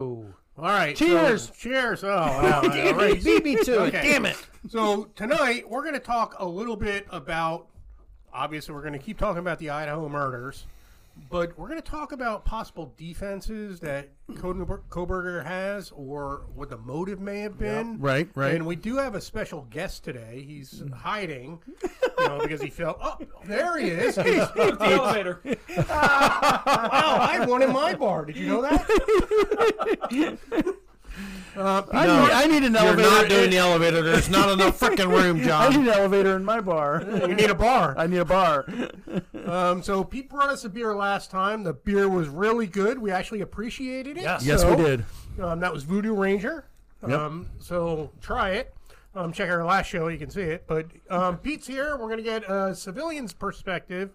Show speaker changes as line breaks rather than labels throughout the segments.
All right. so-
Cheers.
cheers. Oh, wow. all right.
beat me to it.
Okay.
Damn it.
So tonight we're going to talk a little bit about. Obviously, we're going to keep talking about the Idaho murders, but we're going to talk about possible defenses that Koden- Koberger has, or what the motive may have been.
Right, right.
And we do have a special guest today. He's hiding, you know, because he fell. Oh, there he is. He's-
the elevator.
wow, I wanted my bar. Did you know that? Uh,
I, need, I need an
You're
elevator.
not doing the elevator. There's not enough freaking room,
I
John.
need an elevator in my bar.
you need a bar.
I need a bar.
Um, so Pete brought us a beer last time. The beer was really good. We actually appreciated it.
Yes.
Yes,
So,
we did.
Um, that was Voodoo Ranger. Um, so try it. Um, check our last show; you can see it. But um, Pete's here. We're going to get a civilian's perspective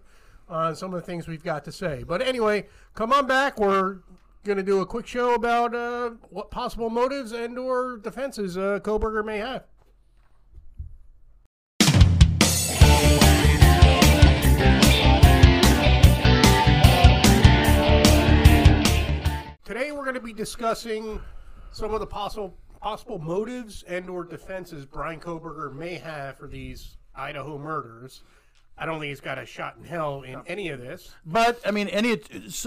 on some of the things we've got to say. But anyway, come on back. We're going to do a quick show about uh, what possible motives and/or defenses uh, Koberger may have. Today we're going to be discussing some of the possible possible motives and or defenses Brian Koberger may have for these Idaho murders. I don't think he's got a shot in hell in any of this.
But I mean, any. s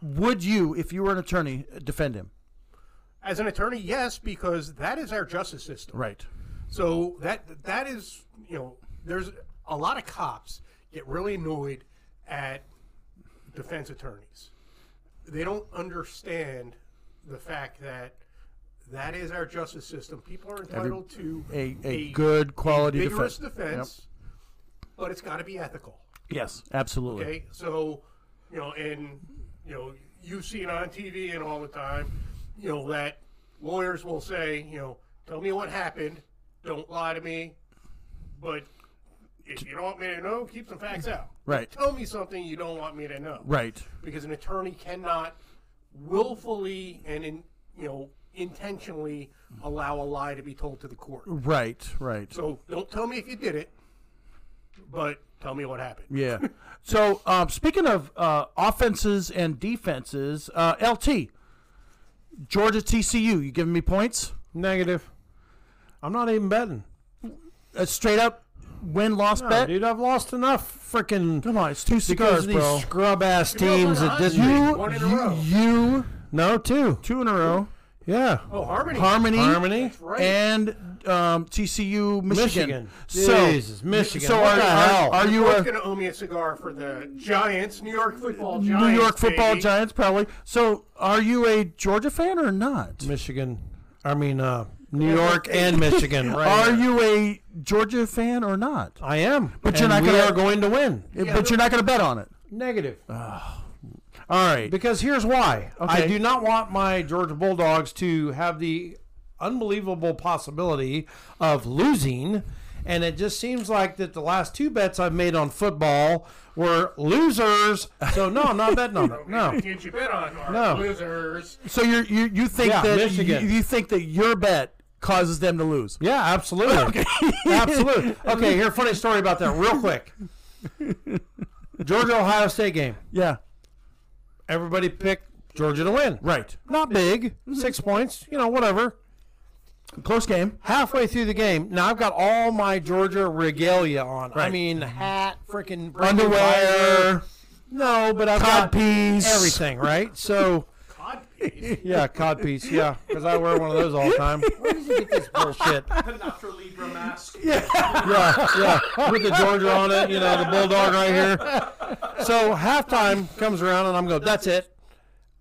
would you, if you were an attorney, defend him?
As an attorney, yes, because that is our justice system.
Right.
So that that is, you know, there's a lot of cops get really annoyed at defense attorneys. They don't understand the fact that that is our justice system. People are entitled to
A, a, good quality
vigorous
defense.
defense, but it's got to be ethical.
Yes, absolutely.
Okay, so you know, and you know, you see it on TV and all the time. You know that lawyers will say, you know, tell me what happened, don't lie to me, but if you don't want me to know, keep some facts out.
Right.
Tell me something you don't want me to know.
Right.
Because an attorney cannot willfully and in you know intentionally allow a lie to be told to the court.
Right. Right.
So don't tell me if you did it, but tell me what happened.
Yeah. So uh, speaking of uh, offenses and defenses, uh, LT, Georgia TCU, you giving me points?
Negative. I'm not even betting.
A Uh, straight up win loss
No,
bet.
dude, I've lost enough freaking
Come on, it's two
because
cigars,
of these
bro.
scrub ass
know,
teams
why not?
that didn't.
You-
You,
One in a
you,
row.
you,
No, two.
two in a row.
Yeah.
Oh, Harmony.
Harmony,
Harmony.
right.
and um, TCU, Michigan.
Michigan. Jesus, Michigan.
So
What
are,
the
are,
hell?
are you
You're
a
going to owe me a cigar for the Giants, New York Football Giants.
New York Football
baby.
Giants? Probably. So are you a Georgia fan or not?
Michigan. I mean, uh, New York and Michigan. Right.
Are
there.
you a Georgia fan or not?
I am.
But you're
And
not
we
gonna-
are going to win.
but you're not going to bet on it.
Negative.
All right.
Because here's why.
Okay.
I do not want my Georgia Bulldogs to have the unbelievable possibility of losing. And it just seems like that the last two bets I've made on football were losers. So no, I'm not betting on it. No.
Did you bet on our
No.
losers?
So you're, you you think
Yeah,
that
Michigan.
You, you think that your bet causes them to lose?
Yeah, absolutely. absolutely. Okay, here funny story about that real quick. Georgia Ohio State game.
Yeah.
Everybody picked Georgia to win.
Right.
Not big. 6 points, you know, whatever.
Close game.
halfway through the game, now I've got all my Georgia regalia on. I
Right.
mean, hat, freaking
Underwear,
No, but I've got
codpiece,
everything, right? So,
God, please.
yeah, codpiece, yeah, because I wear one of those all the time. Where did you get this bullshit?
Dr. Libra mask.
Yeah, yeah, with the Georgia on it, you know, the bulldog right here. So halftime comes around, and I'm going, that's it.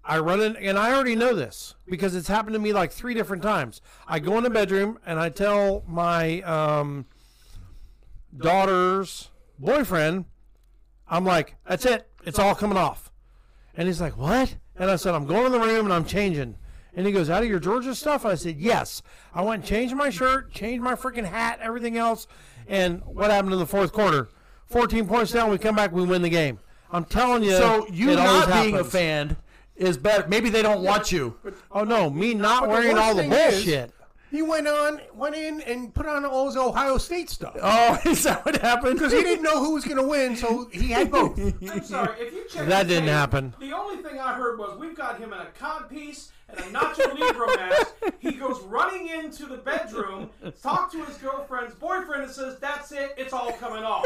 I run in, and I already know this because it's happened to me like three different times. I go in the bedroom and I tell my um, daughter's boyfriend, I'm like, that's it. It's all coming off. And he's like, what? And I said, I'm going in the room and I'm changing. And he goes, out of your Georgia stuff? And I said, yes. I went and changed my shirt, changed my freaking hat, everything else. And what happened in the fourth quarter? 14 points down. We come back, we win the game. I'm telling you.
So you
it always
not being a
happens.
fan is better. Maybe they don't want you.
Oh no, me not
But the
wearing
worst
all the
thing is-
bullshit.
He went on, went in, and put on all his Ohio State stuff.
Oh, is that what happened?
Because he didn't know who was going to win, so he had both.
I'm sorry, if you check
That
the
didn't
tape,
happen.
The only thing thing I heard was we've got him in a cod piece and a Nacho Libre mask. He goes running into the bedroom, talks to his girlfriend's boyfriend, and says, "That's it. It's all coming off."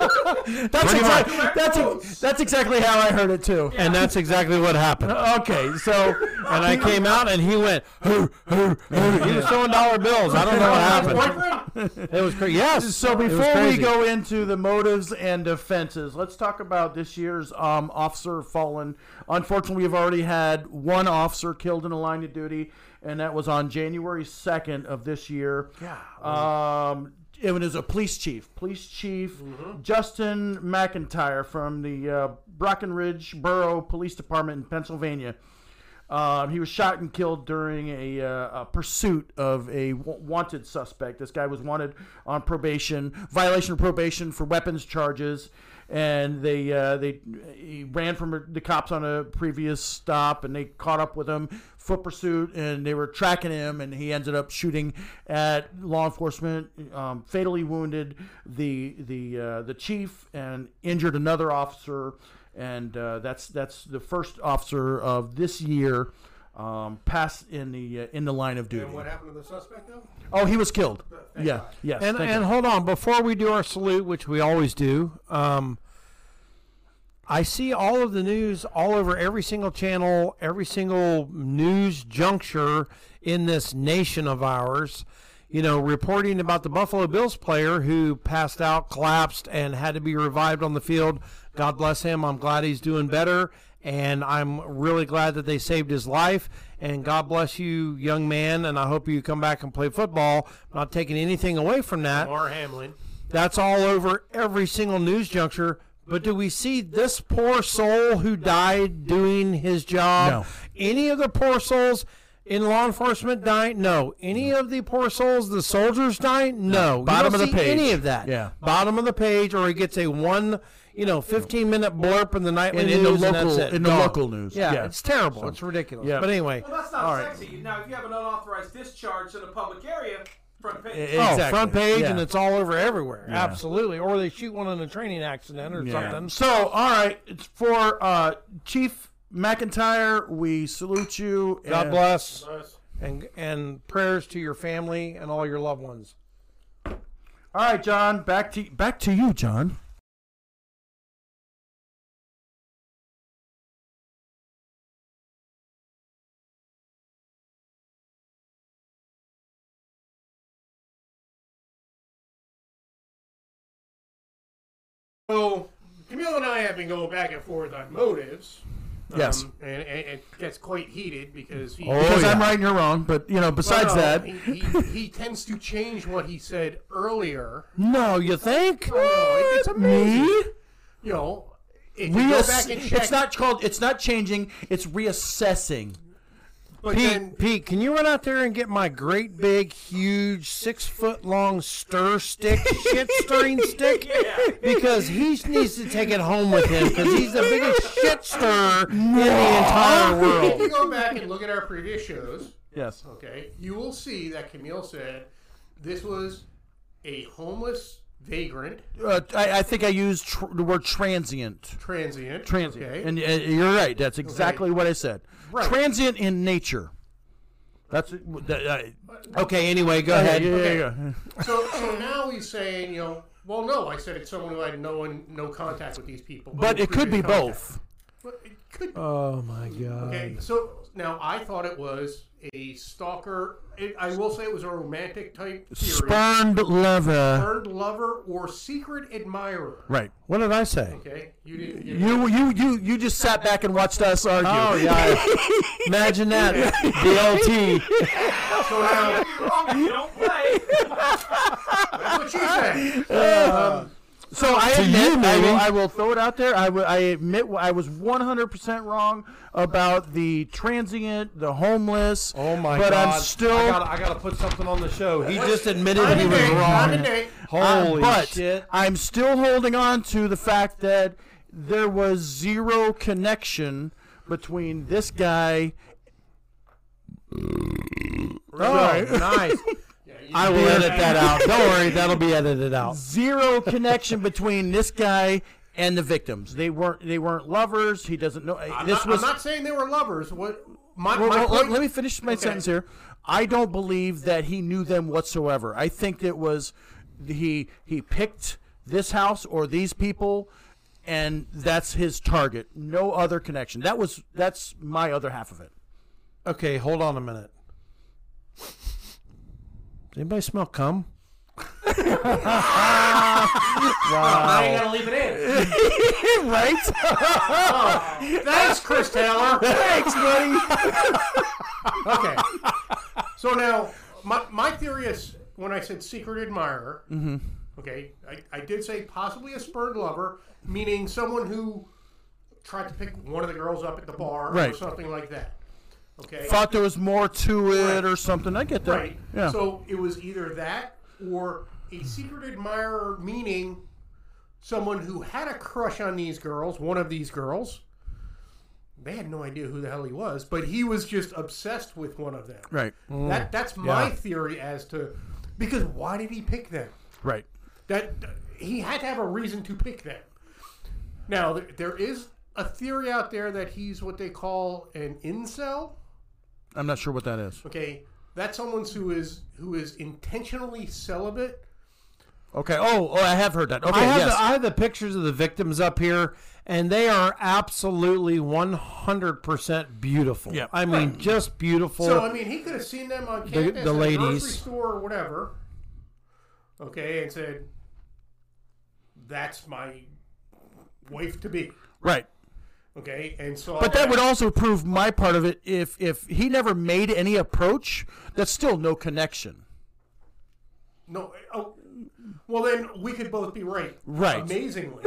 That's exactly,
much.
that's, ex- that's exactly how I heard it too.
And that's exactly what happened.
Okay, so
And I came out and he went, hoo, hoo, hoo. he was throwing dollar bills. I don't know what happened.
Boyfriend?
It was crazy. Yes.
so
It was
before we
crazy.
go into the motives and offenses, let's talk about this year's um, officer fallen. Unfortunately, we've already had one officer killed in the line of duty, and that was on January second of this year. Yeah. Um, it was a police chief, police chief
Mm-hmm.
Justin McIntyre from the uh, Brackenridge Borough Police Department in Pennsylvania. Um, he was shot and killed during a, uh, a pursuit of a w- wanted suspect. This guy was wanted on probation, violation of probation for weapons charges, and they uh, they he ran from the cops on a previous stop, and they caught up with him foot pursuit, and they were tracking him, and he ended up shooting at law enforcement, um, fatally wounded the the uh, the chief, and injured another officer and uh, that's that's the first officer of this year um, passed in the uh, in the line of duty.
And what happened to the suspect, though?
Oh, he was killed. yeah, yes.
And,
thank
and
you.
hold on, before we do our salute, which we always do, um, I see all of the news all over every single channel, every single news juncture in this nation of ours, you know, reporting about the Buffalo Bills player who passed out, collapsed, and had to be revived on the field. God bless him. I'm glad he's doing better. And I'm really glad that they saved his life. And God bless you, young man. And I hope you come back and play football. Not taking anything away from that.
Mar Hamlin.
That's all over every single news juncture. But do we see this poor soul who died doing his job?
No.
Any of the poor souls in law enforcement dying? No. Any of the poor souls, the soldiers dying? No. You
Bottom
don't
of the
see
page.
Any of that?
Yeah.
Bottom of the page, or he gets a one, you know, fifteen minute blurb in the nightly
And
news.
in the
and
local-
that's it.
in the
Gone.
local news.
Yeah,
Yeah.
it's terrible. it's ridiculous.
Yeah. Oh,
But anyway,
Well, that's not sexy. Now, if you have an unauthorized discharge in a public area, front page.
Oh,
E, Exactly.
front page,
Yeah.
and it's all over everywhere. Absolutely. Or they shoot one in a training accident or
Yeah.
something.
So, all right, it's for uh, Chief McIntyre. We salute you.
God
and-
bless,
Nice.
and and prayers to your family and all your loved ones.
All right, John. Back to back to you, John.
So, Camille and I have been going back and forth on motives. um,
Yes.
and, and it gets quite heated because he.
because
Oh, yeah.
I'm right and you're wrong, but you know, besides
Oh, Well,
that,
he, he, he tends to change what he said earlier.
No, you think?
Oh, it's amazing.
me.
You know, if
We
you go back and check,
it's not called. It's not changing. It's reassessing.
but
Pete,
then
Pete, can you run out there and get my great big, huge, six foot long stir stick, shit stirring stick? Because he needs to take it home with him because he's the biggest shit stirrer in the entire
if
world.
you go back and look at our previous shows,
Yes.
okay, you will see that Camille said this was a homeless vagrant,
Uh, I, I think I used tr- the word transient.
transient,
Transient.
okay,
And uh, you're right. That's exactly what I said.
Right.
Transient in nature. That's that, uh,
Okay, anyway, go ahead.
Okay. So, so now he's saying, you know, well, no, I said it's someone who had no one, no contact with these people.
But it could be
previous
both.
contact. But it could.
Oh, my God.
okay. So now I thought it was a stalker. It, I will say it was a romantic type theory.
Spurned lover.
Third lover or secret admirer.
Right.
What did I say?
Okay. You didn't. You,
You you you you just sat back and watched us argue.
Oh, yeah. Imagine that. DLT.
so now
You don't play.
that's what she said.
So I
To
admit,
you,
I,
maybe.
will, I will throw it out there. I will- I admit I was 100% wrong about the transient, the homeless.
Oh my
but
god!
I'm still.
I gotta, I gotta put something on the show. He just admitted
I'm
he
a
was
Nate, I'm a
wrong.
Nate.
Holy
Uh, but
shit!
I'm still holding on to the fact that there was zero connection between this guy.
Oh, nice. I will edit that out. Don't worry, that'll be edited out.
Zero connection between this guy and the victims. They weren't they weren't lovers. He doesn't know.
I'm,
this
not,
was
I'm not saying they were lovers. What my,
well,
my
well,
point,
let, let me finish my sentence here. I don't believe that he knew them whatsoever. I think it was he he picked this house or these people, and that's his target. No other connection. That was that's my other half of it.
Okay, hold on a minute. Does anybody smell cum?
I ain't gonna leave it in.
right?
Thanks, Chris Taylor.
Thanks, buddy.
okay. So now, my, my theory is when I said secret admirer,
Mm-hmm.
okay, I, I did say possibly a spurned lover, meaning someone who tried to pick one of the girls up at the bar or
Right.
something like that. Okay.
Thought there was more to it or something. I get that.
Right.
Yeah.
So it was either that or a secret admirer, meaning someone who had a crush on these girls, one of these girls. They had no idea who the hell he was, but he was just obsessed with one of them.
right. Mm.
That that's my
Yeah.
theory as to because why did he pick them?
Right.
That he had to have a reason to pick them. Now th- there is a theory out there that he's what they call an incel.
I'm not sure what that is.
Okay, that's someone who is who is intentionally celibate.
Okay. Oh, oh I have heard that. Okay.
I have,
yes.
the, I have the pictures of the victims up here, and they are absolutely 100% beautiful.
Yeah.
I mean, just beautiful.
So I mean, he could have seen them on campus,
the
at a grocery
ladies.
store, or whatever. Okay, and said, "That's my wife to be."
right.
Okay, and so
But that would also prove my part of it. If if he never made any approach, that's still no connection.
No. Oh, well, then we could both be right.
Right.
Amazingly.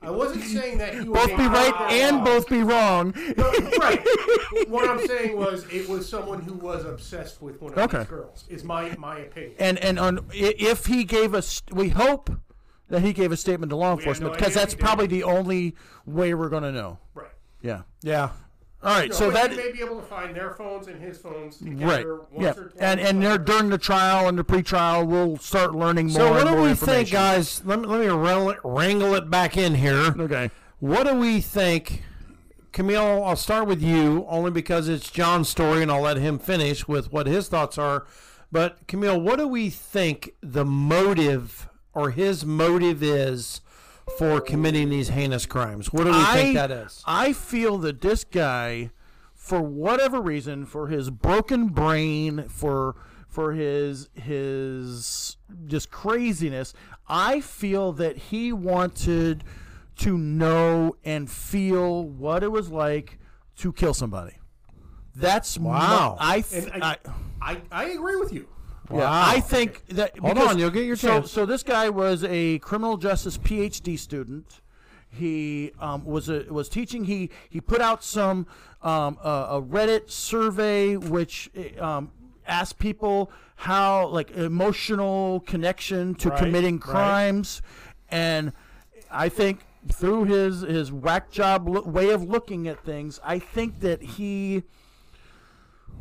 I wasn't saying that he was
Both be right and both be wrong.
right. What I'm saying was, it was someone who was obsessed with one of
Okay.
these girls. Is my my opinion.
And and on i- if he gave us, we hope that he gave a statement to law enforcement
no
because
idea
that's
if he did.
probably the only way we're gonna know.
right.
Yeah.
yeah.
All right. So
But
that
you may be able to find their phones and his phones
right.
together once
Yeah.
or twice.
And and there, during the trial and the pre-trial, we'll start learning more.
So, what
and
do
more
we think, uh,
information.
guys? Let me, let me wrangle it- wrangle it back in here.
Okay.
What do we think? Camille, I'll start with you only because it's John's story and I'll let him finish with what his thoughts are. But Camille, what do we think the motive or his motive is for committing these heinous crimes? What do we think that is?
I feel that this guy, for whatever reason, for his broken brain, for for his his just craziness, I feel that he wanted to know and feel what it was like to kill somebody. That's my-
Wow.
I, th-
And I,
I
I I agree with you.
yeah, I think that.
Hold
because-
on, you'll get your
so,
chance.
So this guy was a criminal justice PhD student. He um, was a, was teaching. He he put out some um, a, a Reddit survey which eh, um, asked people how like emotional connection to committing crimes, and I think through his his whack job lo- way of looking at things, I think that he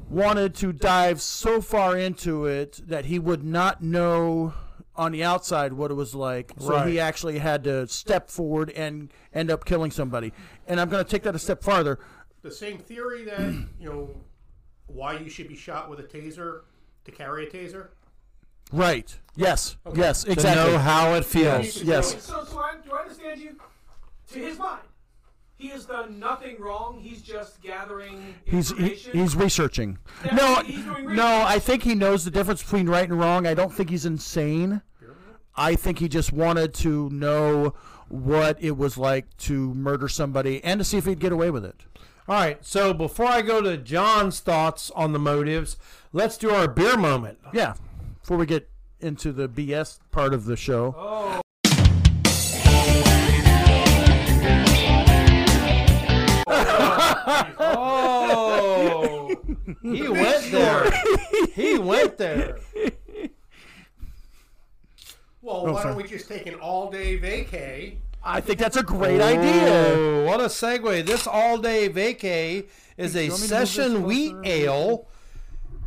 wanted to dive so far into it that he would not know on the outside what it was like. So he actually had to step forward and end up killing somebody. And I'm going to take that a step farther.
The same theory that you know why you should be shot with a taser to carry a taser.
Right. Yes. Yes, exactly.
To know how it feels.
Yes.
yes.
So, so I, do I understand you? To his mind, he has done nothing wrong. He's just gathering
He's he,
information.
he's researching.
Yeah,
no,
he's doing research.
no, I think he knows the difference between right and wrong. I don't think he's insane. I think he just wanted to know what it was like to murder somebody and to see if he'd get away with it.
All right. So before I go to John's thoughts on the motives, let's do our beer moment.
Yeah. Before we get into the BS part of the show.
Oh, Oh, he went there. He went there.
Oh,
Well, why don't we just take an all-day vacay?
I think that's a great idea.
Oh, what a segue. This all day vacay is a
want me to move this
session wheat
closer?
ale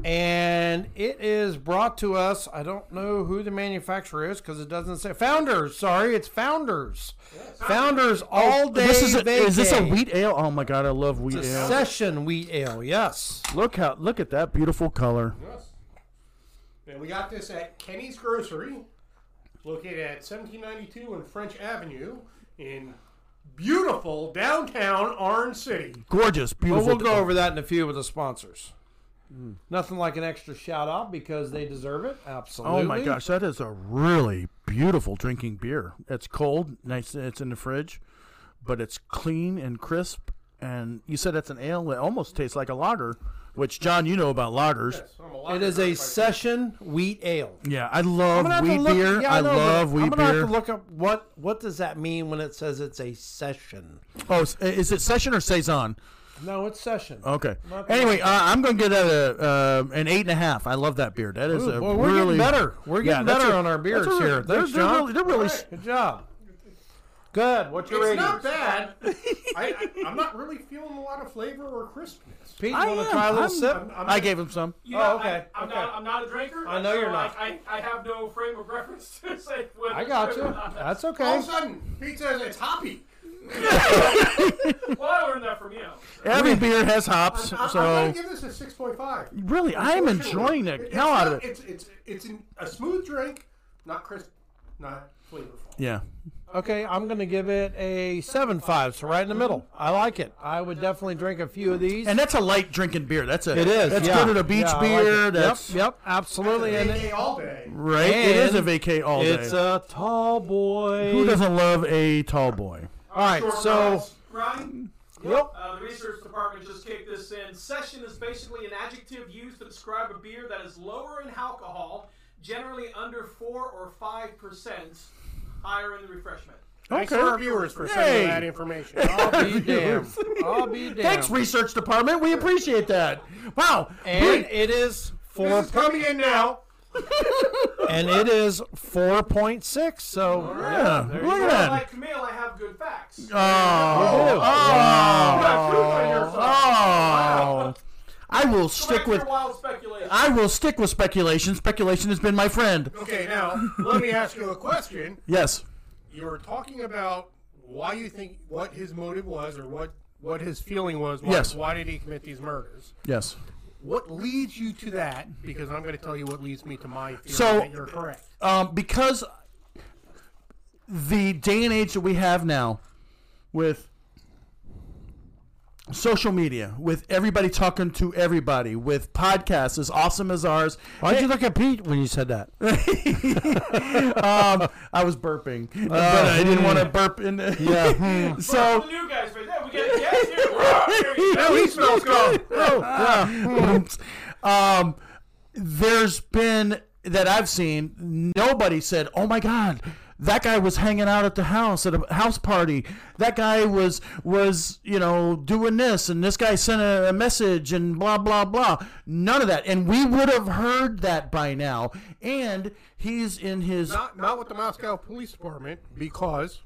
and it is brought to us. I don't know who the manufacturer is because it doesn't say Founders. Sorry, it's Founders. Founders all day.
Oh, This is, a,
vacay.
is this a wheat ale? Oh my god, I love wheat ale.
It's a session wheat ale? Yes.
Look how look at that beautiful color.
Yes. And we got this at Kenny's Grocery, located at 1792 and French Avenue in beautiful downtown Orange City.
Gorgeous, beautiful.
But we'll go over that in a few with the sponsors. Nothing like an extra shout out because they deserve it. Absolutely.
Oh my gosh, that is a really beautiful drinking beer. It's cold, nice. It's in the fridge, but it's clean and crisp. And you said it's an ale. It almost tastes like a lager, which John, you know about lagers.
It is a session wheat ale.
Yeah, I
I'm gonna
love
have to
wheat
look-
beer.
yeah,
I,
know, but
love
I'm
wheat
gonna
beer.
have to look up what what does that mean when it says it's a session.
Oh, s- is it session or saison?
No, it's session.
Okay.
Not the-
Anyway, uh, I'm going to get a, uh, an eight and a half. I love that beer. That is
Ooh,
a
boy, we're
really
getting better. We're
Yeah,
getting
that's
better
a-
on our beers
that's a-
here.
They're,
Thanks,
they're
John.
really, they're really
All
Good job. Good. What's your
It's
rating?
not bad. I, I, I'm not really feeling a lot of flavor or crispness.
Pete, you
I
want to
am.
try a little
I'm-
sip?
I'm- I'm
I
not-
gave him some.
You
Oh,
know,
okay,
I, I'm,
okay.
Not, I'm not a drinker.
I know
so
you're not.
I, I, I have no frame of reference to say whether
I got
it's
you.
good or not.
That's
All
okay.
of a sudden, Pete says it's hoppy.
Well, I learned that from you.
Every beer has hops,
I, I'm
so
going to give this a 6.5.
really, I am enjoying the
It- it's
hell out of
not-
it.
It's it's it's an, a smooth drink, not crisp, not flavorful.
Yeah,
Okay, I'm going to give it a 7 5, so right in the middle. I like it. I would definitely drink a few of these.
and that's a light drinking beer. That's a
it is.
That's
yeah.
good at a beach
Yeah, I like
beer.
it.
that's
Yep, yep, absolutely. And it-
Vacay all day.
right. It is a
And
vacay all day.
it's a tall boy.
Who doesn't love a tall boy?
All right,
Short
so.
notes. Ryan,
Yep.
uh, the research department just kicked this in. Session is basically an adjective used to describe a beer that is lower in alcohol, generally under four or five percent, higher in the refreshment.
Thanks
Okay.
to our viewers for sending
Hey.
that information.
I'll be damned. I'll be damned.
Thanks, research department. We appreciate that. Wow.
And
Pete,
it is
this
four.
is coming in now.
and it is four point six. So
yeah, look at that.
Like Camille, I have good
Uh,
facts.
Oh.
Oh.
Oh. I will stick
Correct
with
your wild speculation.
I will stick with speculation. Speculation has been my friend.
Okay, now let me ask you a question.
Yes.
You were talking about why you think what his motive was, or what what his feeling was. Why,
Yes.
Why did he commit these murders?
Yes.
What leads you to that? Because I'm going to tell you what leads me to my theory
So-
that you're correct.
Um, because the day and age that we have now with social media, with everybody talking to everybody, with podcasts as awesome as ours,
Why'd you look at Pete when you said that?
um, I was burping, but I didn't want to burp in. The, yeah. so.
the new guys right there. We got a guest here. Wow, here.
Now he smells good.
um, there's been that I've seen. Nobody said, "Oh my God, that guy was hanging out at the house at a house party. That guy was was you know doing this, and this guy sent a, a message, and blah blah blah." None of that, and we would have heard that by now. And he's in his
Not not with the Moscow Police Department because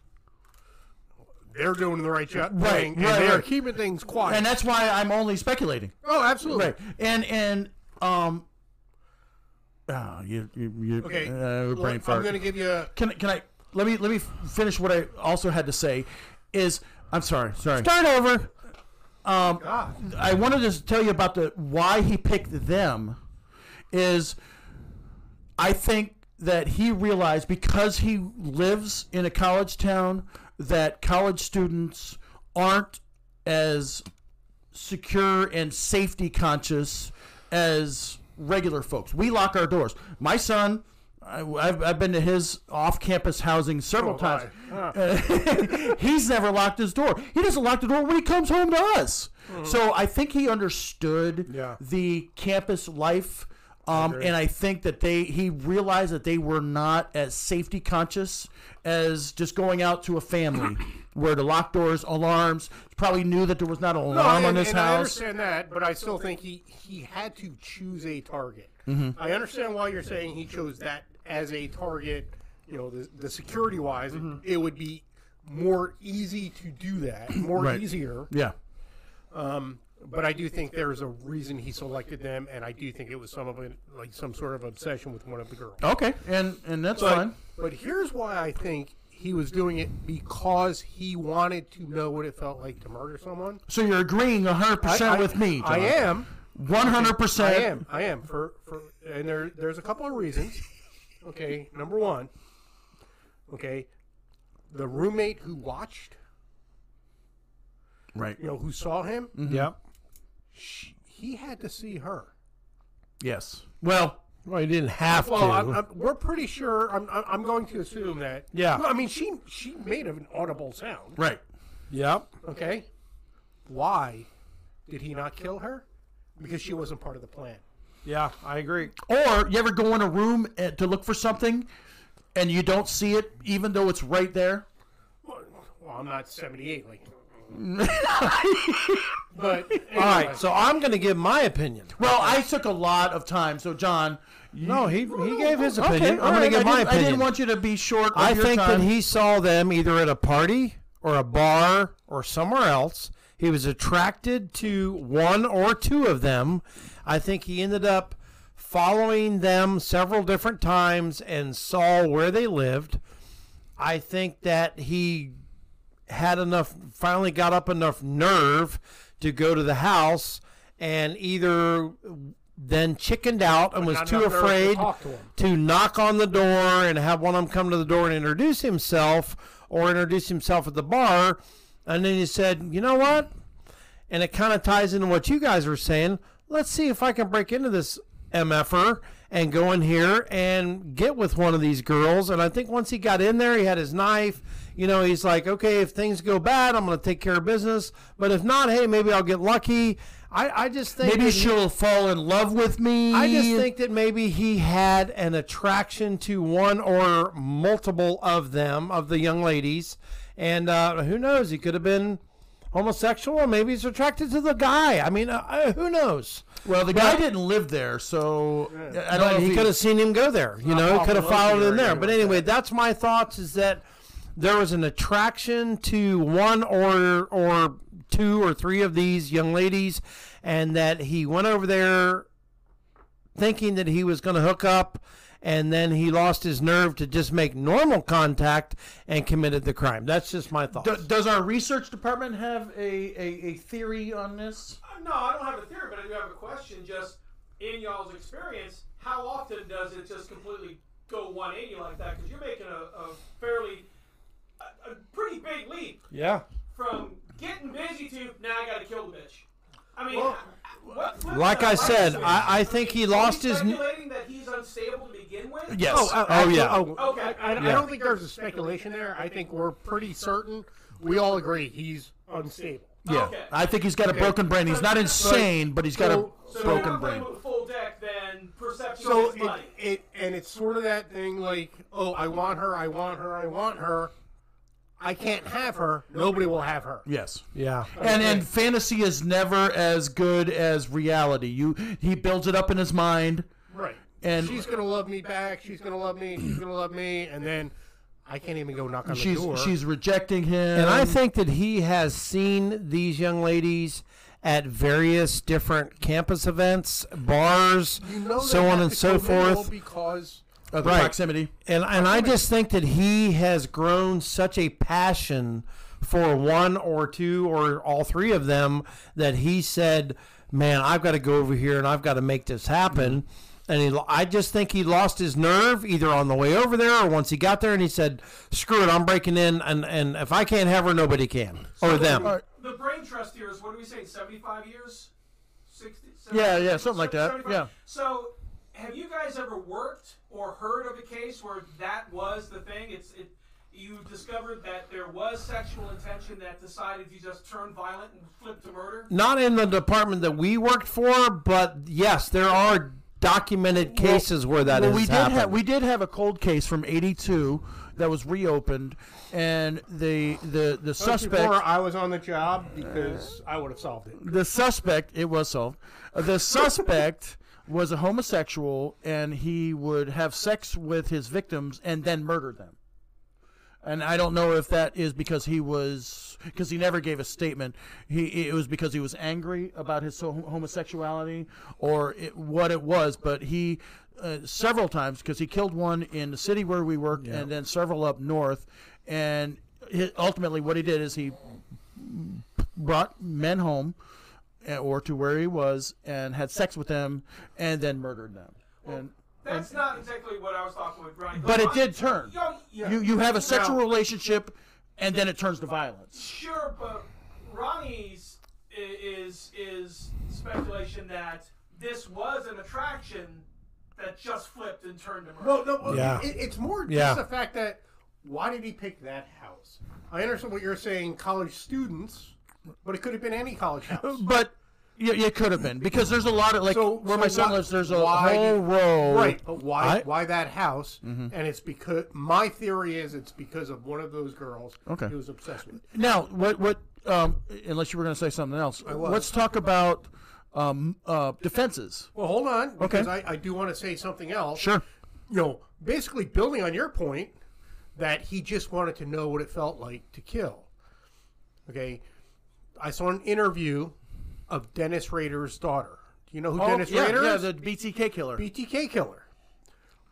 they're doing the right job,
Right,
thing, and
right,
they're
right.
keeping things quiet.
and that's why I'm only speculating.
oh, absolutely.
Right. And and um. Oh, you you, you
Okay,
uh,
look,
brain fart.
I'm going to give you. A,
can can I let me let me finish what I also had to say is I'm sorry, sorry. Um,
Start over.
God,
I wanted to tell you about the why he picked them is I think that he realized because he lives in a college town that college students aren't as secure and safety conscious as regular folks. We lock our doors. My son, I, I've, I've been to his off campus housing several times. He's never locked his door. He doesn't lock the door when he comes home to us. So I think he understood
Yeah.
the campus life. Um, and I think that they he realized that they were not as safety conscious as just going out to a family where the locked doors, alarms, probably knew that there was not an
No,
alarm on
and-
his
and I
house.
understand that, but I still think he he had to choose a target.
Mm-hmm.
I understand why you're saying he chose that as a target. You know, the, the security wise,
Mm-hmm.
it would be more easy to do that, more
Right.
easier.
Yeah.
but I do think there's a reason he selected them, and I do think it was some of it, like some sort of obsession with one of the girls.
Okay, and and that's
But-
fine.
But here's why I think he was doing it because he wanted to know what it felt like to murder someone.
So you're agreeing 100 percent
I-
with me.
I
John.
am.
100
I
percent.
am. I am. For for and there there's a couple of reasons. Okay, number one. Okay, the roommate who watched,
Right.
you know, who saw him,
Yep.
sh he had to see her.
Yes. Well,
Well, you didn't have to.
Well, I'm, I'm, we're pretty sure. I'm I'm- I'm going to assume that.
Yeah.
Well, I mean, she she made an audible sound.
right.
yep.
Okay. Why did he not kill her? Because she wasn't part of the plan.
Yeah, I agree.
Or you ever go in a room uh, to look for something, and you don't see it, even though it's right there.
Well, I'm not 78, like. but
All right, so I'm going to give my opinion.
Well, I took a lot of time. So John, you,
No, he he gave his
Okay,
opinion.
all
I'm
right,
going to give
I
my
didn't-
opinion.
I didn't want you to be short. Of
I
your
think
time.
that he saw them either at a party or a bar or somewhere else. He was attracted to one or two of them. I think he ended up following them several different times and saw where they lived. I think that he had enough, finally got up enough nerve to go to the house and either then chickened out and was
not
too
enough nerve to
afraid
talk to him.
to knock on the door and have one of them come to the door and introduce himself or introduce himself at the bar. And then he said, you know what? And it kind of ties into what you guys were saying. Let's see if I can break into this MFR and go in here and get with one of these girls. And I think once he got in there, he had his knife. You know, he's like, okay, if things go bad, I'm going to take care of business. But if not, hey, maybe I'll get lucky. I, I just think
maybe
that he-
she'll fall in love with me.
I just think that maybe he had an attraction to one or multiple of them, of the young ladies. And uh, who knows? He could have been homosexual, or maybe he's attracted to the guy. I mean, uh, uh, who knows?
Well, the guy didn't live there, so I don't know.
But
if
he could have seen him go there. You know, he could have
Pavlovian
followed
or
him there.
anything
But
like
anyway, that's my thoughts is that there was an attraction to one or or two or three of these young ladies and that he went over there thinking that he was going to hook up and then he lost his nerve to just make normal contact and committed the crime. That's just my thoughts.
Do- does our research department have a, a, a theory on this?
Uh, No, I don't have a theory, but I do have a question. Just in y'all's experience, how often does it just completely go 180 like that? Because you're making a, a fairly, a, a pretty big leap
yeah.
from getting busy to now I gotta kill the bitch. I mean, what, what
Like I said, I, I think he lost his. n-
Speculating that he's unstable to begin with. Oh,
Yes. Oh,
oh,
Okay.
I, I- I
Yeah.
don't think there's a speculation there. I think we're pretty certain. We all agree he's unstable.
yeah.
Okay.
I think he's got a broken brain. He's not insane, but he's got
So-
a
So you're
Oh, broken
not
brain.
playing with a full deck, then perception
So
is
it,
money.
it and it's sort of that thing like, oh, I want her, I want her, I want her. I can't have her. Nobody will have her.
Yes.
Yeah.
And and fantasy is never as good as reality. You he builds it up in his mind.
Right.
And-
she's gonna love me back. She's gonna love me. She's gonna love me. And then I can't even go knock on
She's
the door.
she's rejecting him.
And
Um,
I think that he has seen these young ladies at various different campus events, bars,
You know they
so on
have
and
to
so
commingle
forth.
Because
of
right.
proximity.
And and I just think that he has grown such a passion for one or two or all three of them that he said, "Man, I've got to go over here and I've got to make this happen." And he, lo- I just think he lost his nerve either on the way over there or once he got there, and he said, "Screw it, I'm breaking in, and and if I can't have her, nobody can or them."
The brain trust here is what do we say? Seventy-five years, sixty. 70,
Yeah, yeah, something like that,
75?
yeah.
So, have you guys ever worked or heard of a case where that was the thing? It's it. You discovered that there was sexual intention that decided you just turned violent and flipped to murder.
not in the department that we worked for, but yes, there are documented cases where that
well,
has
we did
happened.
have we did have a cold case from '82 that was reopened, and the the the suspect
before I was on the job because I would have solved it.
the suspect it was solved. Uh, The suspect was a homosexual, and he would have sex with his victims and then murder them. And I don't know if that is because he was because he never gave a statement. He it was because he was angry about his so- homosexuality or it, what it was, but he uh, several times because he killed one in the city where we worked and then several up north and hi ultimately what he did is he brought men home uh, or to where he was and had sex with them and then murdered them. And
That's not exactly what I was talking with, Ronnie.
but it
I-
did turn.
Yo, yeah.
You you have a sexual relationship, and then it turns to violence.
Sure, but Ronnie's i- is is speculation that this was an attraction that just flipped and turned him.
Well, no, well,
Yeah.
it, it's more
Yeah.
just the fact that why did he pick that house? I understand what you're saying, college students, but it could have been any college house.
But you, you could have been because there's a lot of like
So-
where
so
my son
why-
lives. There's a
why
whole
did-
row.
Right, but why?
I- Mm-hmm.
why that house? And it's because my theory is it's because of one of those girls
Okay.
he was obsessed with.
Now what what um, unless you were going to say something else?
was.
Let's talk about um, uh, defenses.
Well, hold on, because I, I do want to say something else.
Sure.
You know, basically building on your point that he just wanted to know what it felt like to kill. Okay. I saw an interview of Dennis Rader's daughter. Do you know who Dennis
Oh, yeah,
Rader
yeah,
is?
the BTK killer.
BTK killer.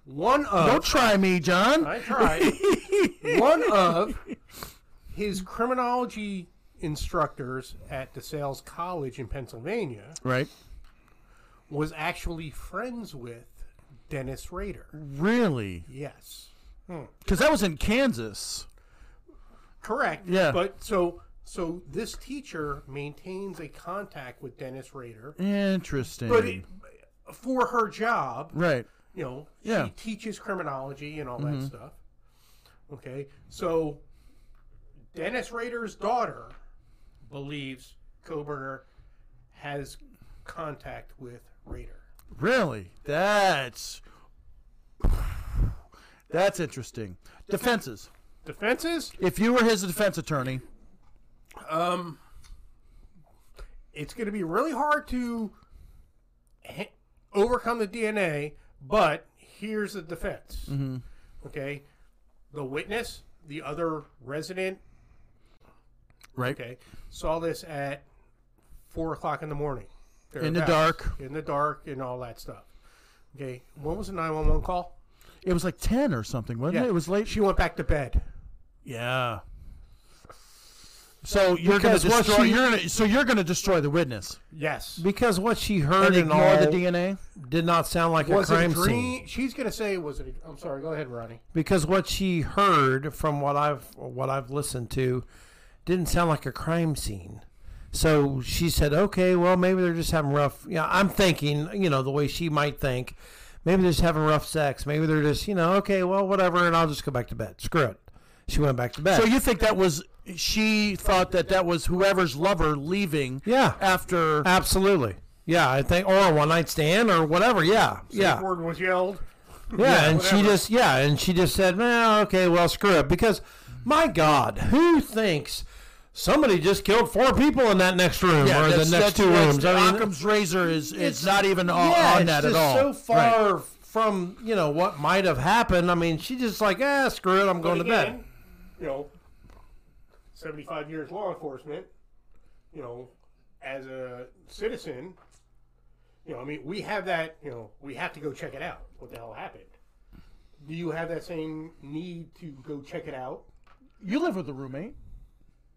One of
Don't try me, John.
I tried. one of his criminology instructors at DeSales College in Pennsylvania
Right.
was actually friends with Dennis Rader.
Really?
Yes.
Because that was in Kansas.
Correct.
Yeah.
But so so this teacher maintains a contact with Dennis Rader,
Interesting.
but it, for her job,
right.
you know,
Yeah. Mm-hmm.
she teaches criminology and all that stuff. Okay. So Dennis Rader's daughter believes Koberger has contact with Rader.
Really? That's that's interesting. Defenses.
Defenses?
If you were his defense attorney,
Um, it's going to be really hard to h- overcome the DNA, but here's the defense. Okay, the witness, the other resident,
right?
okay, saw this at four o'clock in the morning,
In the
thereabouts,
dark.
in the dark, and all that stuff. Okay, when was the nine one one call?
It was like ten or something, wasn't it? It was late.
She went back to bed.
Yeah. So you're
Because
gonna
what
destroy.
she-
you're gonna, so you're gonna destroy the witness
Yes,
Because what she heard
and
and
ignore
all
the DNA.
did not sound like
was
a
it a
crime scene.
dream? She's going to say, was it? A, I'm sorry. Go ahead, Ronnie.
because what she heard from what I've what I've listened to didn't sound like a crime scene. So she said, "Okay, well, maybe they're just having rough." Yeah, I'm thinking, you know, the way she might think, maybe they're just having rough sex. Maybe they're just, you know, okay, well, whatever, and I'll just go back to bed. Screw it. She went back to bed.
So you think that was she thought that that was whoever's lover leaving?
Yeah.
After
absolutely, yeah, I think, or a one night stand or whatever. Yeah, yeah.
Word was yelled.
Yeah, and she
whatever.
just yeah, and she just said, "Well, okay, well, screw it," because my God, who thinks somebody just killed four people in that next room
yeah,
or the
that's-
next
that's-
two
that's-
rooms? I mean,
Occam's razor is it's not even on,
yeah,
on
it's
that
just
at all.
So
Right.
far from you know what might have happened. I mean, she just like, ah, screw it, I'm going to bed.
again, You know, seventy-five years law enforcement. You know, as a citizen, you know, I mean, we have that. You know, we have to go check it out. What the hell happened? Do you have that same need to go check it out?
You live with a roommate.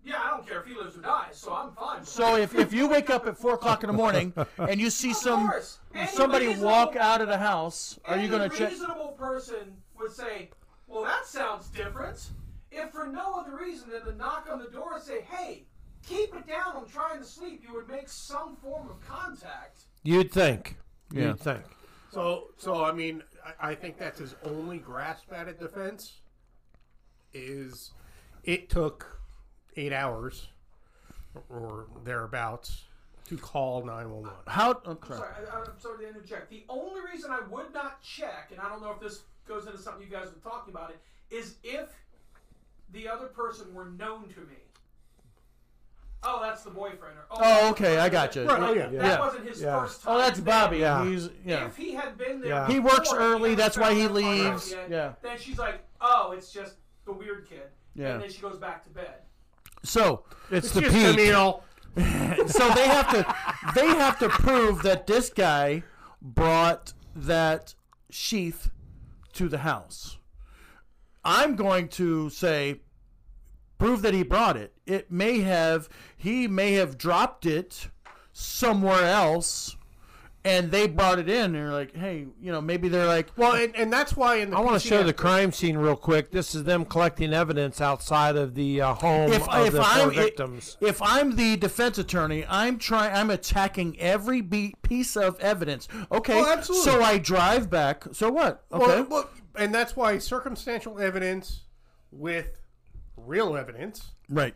Yeah, I don't care if he lives or dies, so I'm fine. with
So
it.
if, if you wake up at four o'clock in the morning and you see
Of
some
course. Any
somebody
reasonable-
walk out of the house, are you
any
gonna check?
reasonable person would say, "Well, that sounds different." If for no other reason than to knock on the door and say, "Hey, keep it down. I'm trying to sleep," you would make some form of contact.
You'd think,
Yeah.
you'd think.
So, so I mean, I, I think that's his only grasp at a defense. Is it took eight hours or thereabouts to call nine one one.
How? oh, crap.
Sorry, I, I'm sorry to interject. The only reason I would not check, and I don't know if this goes into something you guys were talking about, it is if the other person were known to me. Oh, that's the boyfriend. Or, oh,
Oh, okay, I got you.
Right, oh, yeah,
that
yeah.
wasn't his
Yeah.
first time.
Oh, that's
there.
Bobby.
Yeah.
He's yeah.
If he had been there,
Yeah.
He works
before,
early,
hadn't
that's why
found
he
that part out
leaves.
yet,
Yeah.
Then she's like, "Oh, it's just the weird kid."
Yeah.
and then she goes back to bed.
So
It's, the
Just a
peak.
meal.
so they have to they have to prove that this guy brought that sheath to the house. I'm going to say prove that he brought it. It may have he may have dropped it somewhere else and they brought it in and they're like, "Hey, you know, maybe they're like,
Well, and, and that's why in the
I want to
PC
show the
app-
crime scene real quick. This is them collecting evidence outside of the uh, home
if,
of
if
the
I'm
four victims.
If, I'm the defense attorney, I'm trying. I'm attacking every be- piece of evidence. Okay,
Oh, absolutely.
so I drive back. So what? Okay,
Well, well, and that's why circumstantial evidence with real evidence
right.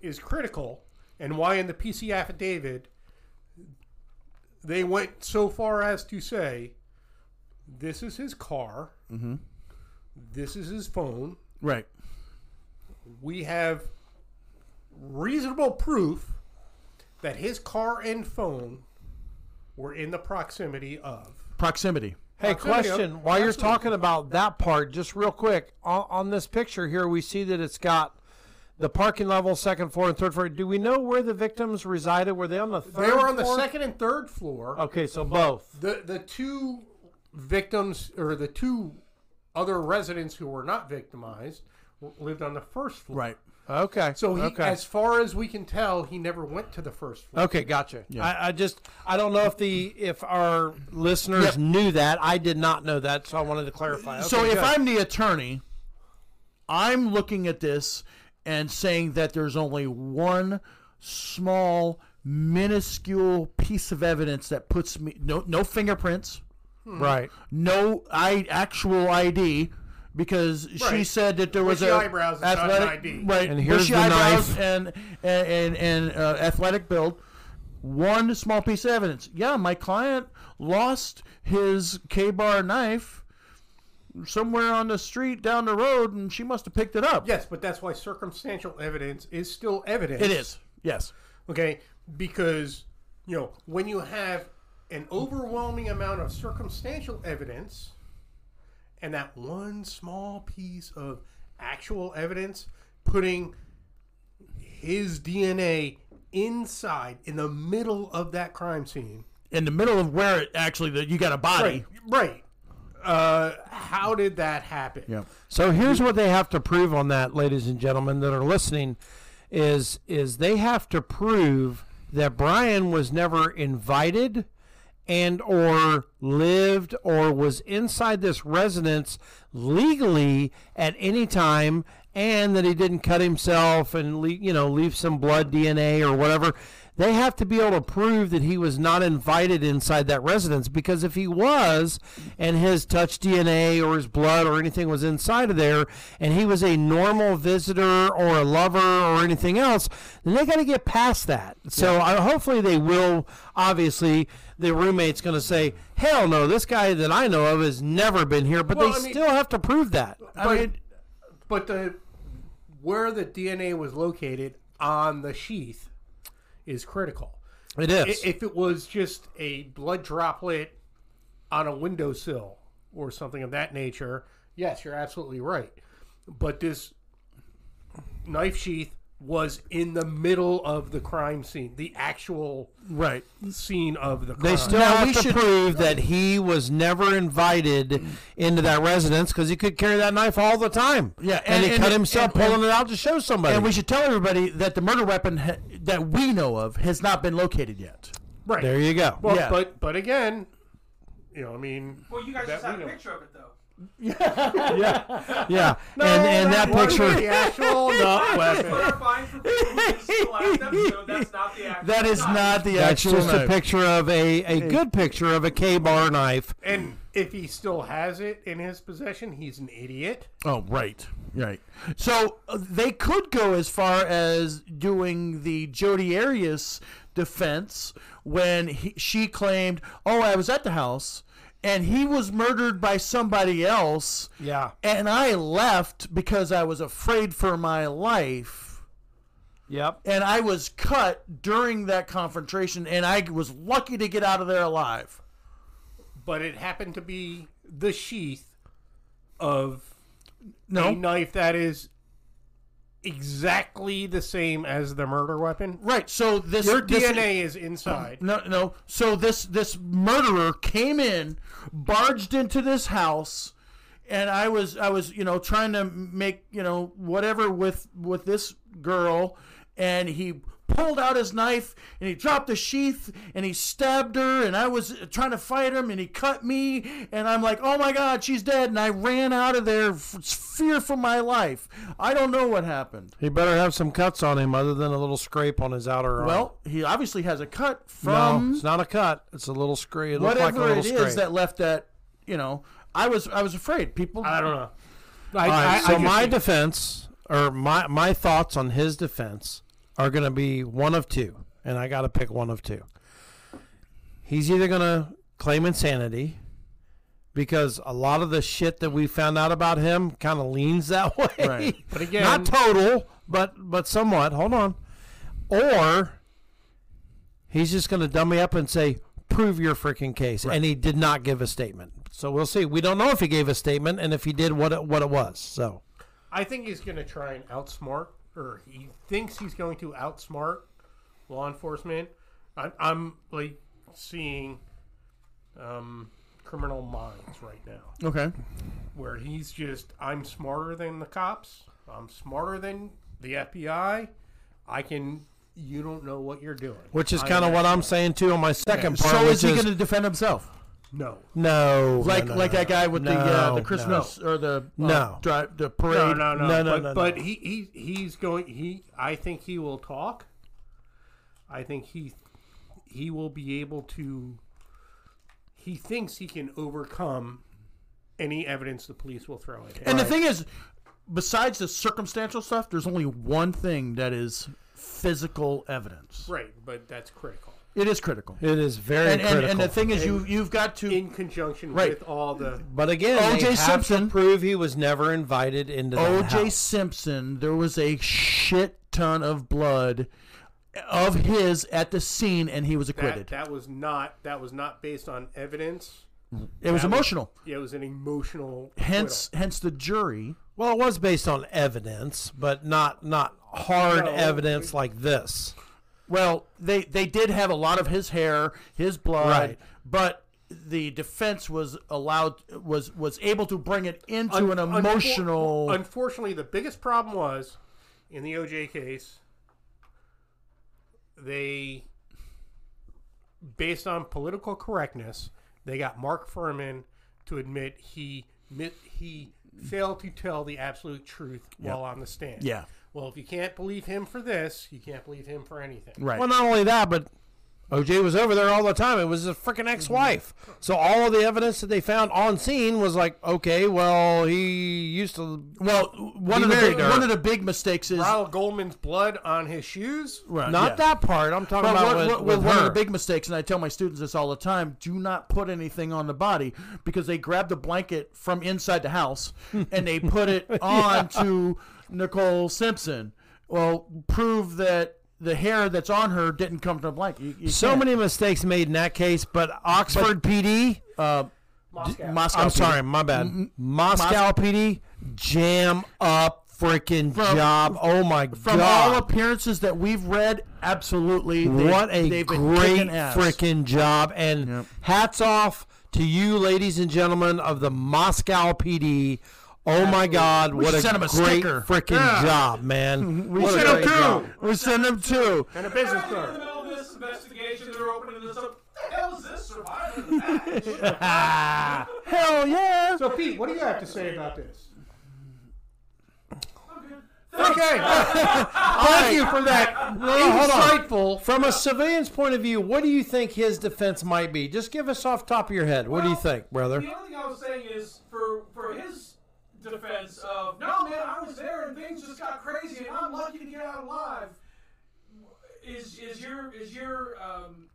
is critical, and why in the PC affidavit they went so far as to say, "This is his car.
Mm-hmm.
This is his phone.
Right.
We have reasonable proof that his car and phone were in the proximity of."
Proximity.
Hey,
Proximity of-
question. While you're
Absolutely.
talking about that part, just real quick, on, on this picture here, we see that it's got the parking level, second floor, and third floor. Do we know where the victims resided? Were they on the third
They were on the
floor?
second and third floor.
Okay, so both.
The the two victims or the two other residents who were not victimized w- lived on the first floor.
Right.
Okay.
So he,
okay.
as far as we can tell, he never went to the first floor.
Okay, gotcha. I, I just I don't know if the if our listeners
Yep.
knew that. I did not know that, so I wanted to clarify. Okay,
so if
good.
I'm the attorney, I'm looking at this and saying that there's only one small minuscule piece of evidence that puts me no no fingerprints.
right,
no I actual ID because she
Right.
said that there was
Bushy
a
eyebrows is not an ID.
right
And here's
bushy
the
eyebrows
knife.
and and and, and, uh, athletic build. One small piece of evidence. Yeah, my client lost his K-bar knife somewhere on the street down the road, and she must have picked it up.
Yes, but that's why circumstantial evidence is still evidence.
it is. Yes,
Okay, because you know, when you have an overwhelming amount of circumstantial evidence and that one small piece of actual evidence putting his DNA inside in the middle of that crime scene.
in the middle of where it actually that you got a body.
Right. Uh, how did that happen?
Yeah.
So here's what they have to prove on that, ladies and gentlemen that are listening, is is they have to prove that Brian was never invited and or lived or was inside this residence legally at any time and that he didn't cut himself and le- you know leave some blood DNA or whatever they have to be able to prove that he was not invited inside that residence because if he was and his touch DNA or his blood or anything was inside of there and he was a normal visitor or a lover or anything else, then they got to get past that. So I, hopefully they will. Obviously, the roommate's going to say, hell no, this guy that I know of has never been here, but
Well,
they
I mean-
still have to prove that.
But, but the where the DNA was located on the sheath is critical.
It is.
I- if it was just a blood droplet on a windowsill or something of that nature, yes, you're absolutely right. But this knife sheath was in the middle of the crime scene, the actual
Right.
scene of the crime.
They still
Now, we
have to
should-
prove that he was never invited into that residence because he could carry that knife all the time.
Yeah,
and,
and-
he
and-
cut himself
and-
pulling it out to show somebody.
And we should tell everybody that the murder weapon ha- that we know of has not been located yet.
right.
there you go.
Well,
yeah.
but but again, you know, I mean,
Well, you guys
That
just had
we
a
know.
picture of it though.
yeah, and and that
was
picture.
the actual nut
Just
weapon.
clarifying for people who missed the last episode, that's not the actual.
That is
knife.
not the
That's
actual
just a
knife.
picture of a, a good picture of a K bar knife.
And if he still has it in his possession, he's an idiot.
Oh, right, right. So uh, they could go as far as doing the Jodi Arias defense when he, she claimed, "Oh, I was at the house." And he was murdered by somebody else.
Yeah.
And I left because I was afraid for my life.
Yep.
And I was cut during that confrontation. And I was lucky to get out of there alive.
but it happened to be the sheath of
No.
a knife that is exactly the same as the murder weapon.
Right. So this
Your
this-
DNA is inside.
No, no. So this this murderer came in, barged into this house, and I was I was you know trying to make you know whatever with with this girl, and he pulled out his knife and he dropped the sheath and he stabbed her and I was trying to fight him and he cut me and I'm like oh my god she's dead and I ran out of there f- fear for my life I don't know what happened
He better have some cuts on him other than a little scrape on his outer arm.
well he obviously has a cut from
no, it's not a cut. It's a little scrape. It looks like a
whatever
little
it is
scrape.
that left that you know i was i was afraid people
I don't know.
All right, so
just
my
think-
defense or my my thoughts on his defense are going to be one of two, and I got to pick one of two. He's either going to claim insanity because a lot of the shit that we found out about him kind of leans that way.
Right.
But again-
not total, but but somewhat. Hold on. Or he's just going to dummy up and say, "Prove your freaking case," and he did not give a statement. So we'll see. We don't know if he gave a statement, and if he did, what it, what it was. So
I think he's going to try and outsmart, or he thinks he's going to outsmart law enforcement. I'm, I'm like seeing um, criminal minds right now,
okay
where he's just, I'm smarter than the cops. I'm smarter than the FBI. I can. You don't know what you're doing.
which is
I
kind of
am
what I'm
excellent.
saying too on my second part.
so
which
is he going to defend himself
No,
no
like
no, no,
like
no,
that guy with the
no,
uh, the
no.
christmas or the uh,
No.
drive the parade
no, no, no,
No, no,
but,
no, no.
But he, he he's going. He I think he will talk. I think he he will be able to. He thinks he can overcome any evidence the police will throw at him.
and the thing is besides the circumstantial stuff there's only one thing that is physical evidence
right, but that's critical
it is critical
It is very
and, and
critical.
and the thing is you you've got to
in conjunction
Right.
with all the.
but again,
O.J.
they have
Simpson-
to prove he was never invited into the
O.J.
house.
Simpson, there was a shit ton of blood of his at the scene, and he was acquitted.
That, that was not that was not based on evidence.
it was
that was-
emotional.
It was an emotional.
hence, hence the jury.
Well, it was based on evidence, but not not hard
No.
evidence like this.
Well, they they did have a lot of his hair, his blood,
Right.
but the defense was allowed was was able to bring it into
acquittal.
an
Unfor-
emotional.
unfortunately, the biggest problem was in the OJ case. They, based on political correctness, they got Mark Furman to admit he mi- he failed to tell the absolute truth while on the stand.
Yeah.
Well, if you can't believe him for this, you can't believe him for anything.
right.
Well, not only that, but OJ was over there all the time. It was his freaking ex-wife.
Mm-hmm.
So all of the evidence that they found on scene was like, okay, well, he used to.
well, one
He
of the
married
big,
her.
one of the big mistakes is
Ronald Goldman's blood on his shoes.
Right,
Not
Uh, yeah.
that part. I'm talking
But what-
about with,
what-
with
one of
her.
the big mistakes, and I tell my students this all the time: do not put anything on the body because they grabbed a blanket from inside the house and they put it on to Nicole Simpson. Well, prove that the hair that's on her didn't come from the blanket. You- you
so
can't.
many mistakes made in that case, but Oxford PD.
Uh,
Moscow.
Moscow.
I'm
PD.
sorry, my bad. Moscow PD jam up freaking job. Oh my
From all
god!
appearances that we've read, absolutely. they-
what a
they've been
great
kicking ass.
freaking job! And hats off to you, ladies and gentlemen of the Moscow PD. Oh my god!
We
What
should
a
send 'em a
great
sticker. Mm-hmm.
freaking job, man!
We
What a
send them
great job.
two. We send them two.
And a business
In the
card.
middle of this investigation, they're opening this up. What the hell is this? Survivor of the Pack?
Hell yeah!
So Pete, what do you have to say about this?
Okay. Thank you for that. Insightful.
uh,
From a civilian's point of view, what do you think his defense might be? Just give us off top of your head. What do you
Well,
think, brother?
The only thing I was saying is for for his defense of no man, I was there and things just got crazy and I'm lucky to get out alive. Is is your is your um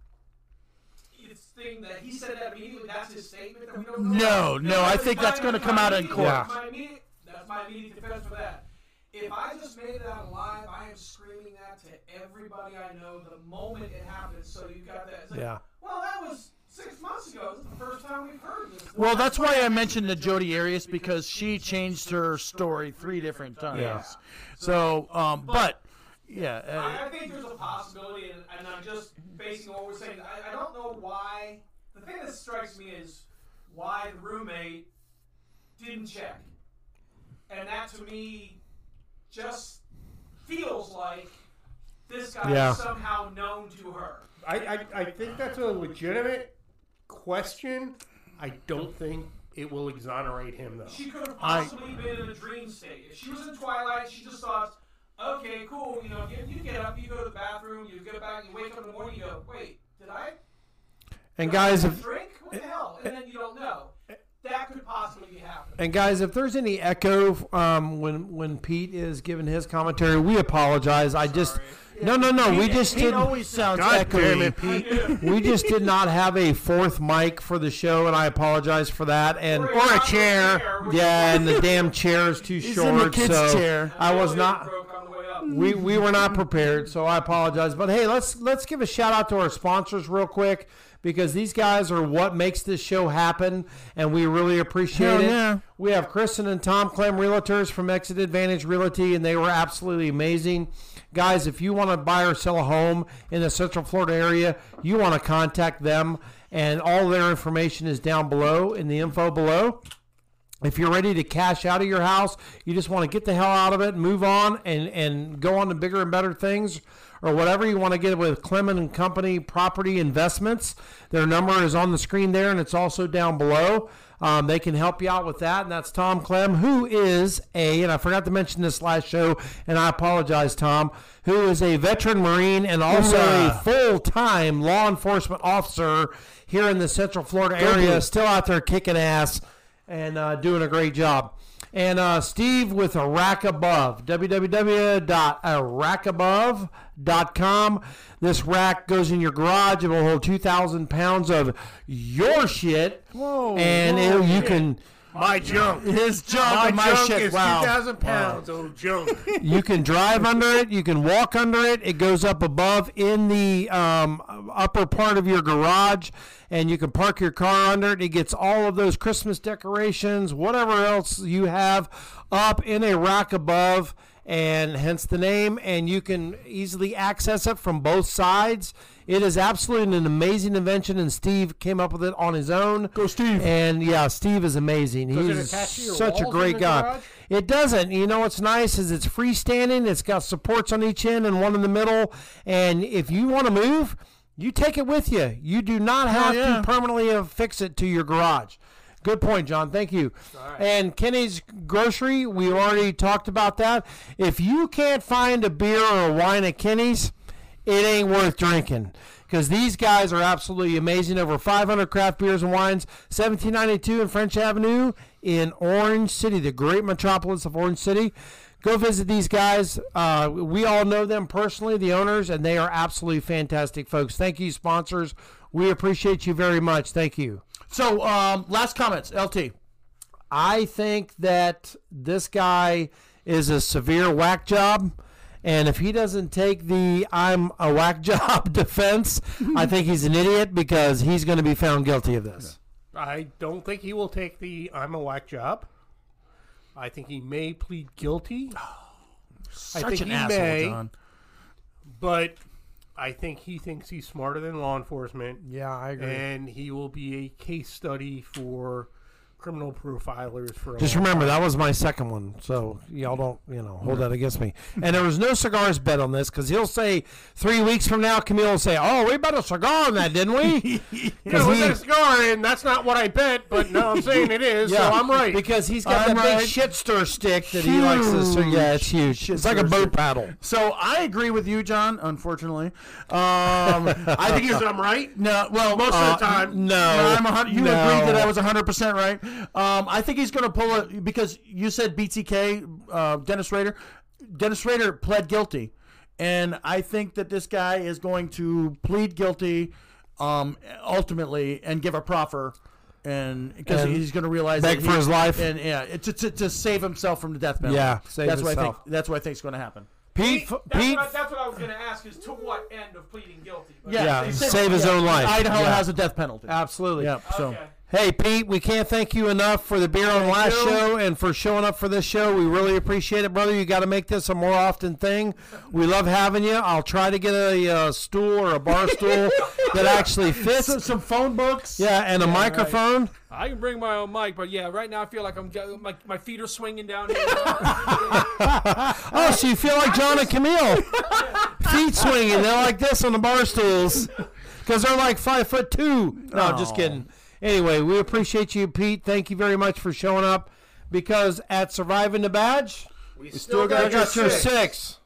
it's thing that he said that immediately? That's his statement that we don't know.
No,
about?
no, I think that's
my-
gonna
my
come out in
immediate-
court.
My immediate, that's my immediate defense for that. If I just made it out alive, I am screaming that to everybody I know the moment it happens. So you got that. It's like,
Yeah.
Well, that was six months ago. This is the first time we've heard this.
Well, that's why I mentioned the Jodi Arias because she changed her story three different times.
Yeah.
So, um, but yeah, uh,
I, I think there's a possibility, and, and I'm just basing what we're saying. I, I don't know why. The thing that strikes me is why the roommate didn't check. And that to me just feels like this guy
Yeah.
is somehow known to her.
I, I, I think that's a legitimate question. I don't think it will exonerate him though.
She could have
I-
possibly been in a dream state. If she was in Twilight, she just thought, okay, cool, you know, you, you get up, you go to the bathroom, you go back, you wake up in the morning, you go, wait, did I
And guys,
have a
if
drink? What the hell? And then you don't know. That could possibly be happening.
and guys, if there's any echo um, when when Pete is giving his commentary, we apologize. I just no no no. We just
it
didn't.
always sounds
God
echoey.
damn it, Pete. we just did not have a fourth mic for the show, and I apologize for that. And
Or a Or a chair. chair, which
Yeah, and the damn chair is too
He's
short.
in the kid's
so
chair.
I was
Elevator
not.
broke on the way up.
we we were not prepared, so I apologize. But hey, let's let's give a shout out to our sponsors real quick because these guys are what makes this show happen, and we really appreciate
Hell
it.
yeah.
We have Kristen and Tom Clem Realtors from Exit Advantage Realty, and they were absolutely amazing. Guys, if you want to buy or sell a home in the Central Florida area, you want to contact them, and all their information is down below in the info below. If you're ready to cash out of your house, you just want to get the hell out of it, move on, and and go on to bigger and better things, or whatever you want to get with Clement and Company Property Investments. Their number is on the screen there, and it's also down below. Um, they can help you out with that, and that's Tom Clem, who is a and I forgot to mention this last show, and I apologize, Tom, who is a veteran Marine and also
Hoorah.
a full time law enforcement officer here in the Central Florida area,
Blue.
still out there kicking ass and uh, doing a great job. And uh, Steve with a rack above, www.arackabove.com. This rack goes in your garage. It will hold 2,000 pounds of your shit.
Whoa,
And
whoa,
it, you can.
My junk.
his job and my
junk
shit.
is
Wow.
2,000 pounds, old junk.
you can drive under it. You can walk under it. It goes up above in the um, upper part of your garage, and you can park your car under it. It gets all of those Christmas decorations, whatever else you have, up in a rack above, and hence the name. And you can easily access it from both sides. It is absolutely an amazing invention, and Steve came up with it on his own. Go,
Steve.
And yeah, Steve is amazing.
Does it
He's
attach to your
such a
walls in
great
the
guy.
garage?
It doesn't. You know what's nice is it's freestanding. It's got supports on each end and one in the middle. And if you want to move, you take it with you. You do
Oh,
not have
yeah.
to permanently affix it to your garage. Good point, John. Thank you. And Kenny's Grocery, we already talked about that. If you can't find a beer or a wine at Kenny's, it ain't worth drinking because these guys are absolutely amazing. Over 500 craft beers and wines, 1792 in French Avenue in Orange City, the great metropolis of Orange City. Go visit these guys. Uh, we all know them personally, the owners, and they are absolutely fantastic folks. Thank you, sponsors. We appreciate you very much. Thank you.
So, um, last comments, LT.
I think that this guy is a severe whack job. And if he doesn't take the I'm a whack job defense, I think he's an idiot because he's going to be found guilty of this.
I don't think he will take the I'm a whack job. I think he may plead guilty,
Such
think
an
he
asshole,
may.
John.
but I think he thinks he's smarter than law enforcement.
Yeah, I
And he will be a case study for criminal profilers for a
Just
long-
remember that was my second one, so y'all don't you know hold that against me. And there was no cigars bet on this because he'll say three weeks from now, Camille will say, "Oh, we bet a cigar on that, didn't we?"
Yeah,
he-
with that cigar, and that's not what I bet, but now I'm saying it is, so I'm right.
because he's got
I'm
that
right.
big shit stir stick that he likes to. So yeah, it's huge. It's like a
stir
boat
stick.
paddle.
So I agree with you, John. Unfortunately, um, I think
Because
it's
I'm right.
no. Well, most
of the time.
no. I'm a hundred, you
uh, No.
agreed that I was 100 percent right. Um, I think he's going to pull it because you said BTK, uh, Dennis Rader. Dennis Rader pled guilty, and I think that this guy is going to plead guilty, um, ultimately, and give a proffer. And because
And
he's going to realize
beg
that
for
he-
his life.
and yeah, it- to, to, to save himself from the death penalty.
Yeah, save
that's what I
himself.
think. That's what I think is going to happen.
Pete,
That's,
Pete,
what I, that's what I was going to ask is to what end of pleading guilty? But-
Yeah, save his own life.
Idaho
Yeah.
has a death penalty.
absolutely.
Yep. So
Okay.
Hey, Pete, we can't thank you enough for the beer on last show and for showing up for this show. We really appreciate it, brother. You got to make this a more often thing. We love having you. I'll try to get a, uh stool or a bar stool that actually fits.
So, some phone books.
Yeah, and a microphone.
I can bring my own mic, but yeah, right now I feel like I'm go- my, my feet are swinging down here.
Oh, so you feel like John and Camille. Feet swinging. They're like this on the bar stools because they're like five foot two. No, I'm just kidding. Anyway, we appreciate you, Pete. Thank you very much for showing up because at Surviving the Badge,
We
still
still
gotta
got
I
your
got your
six.
six.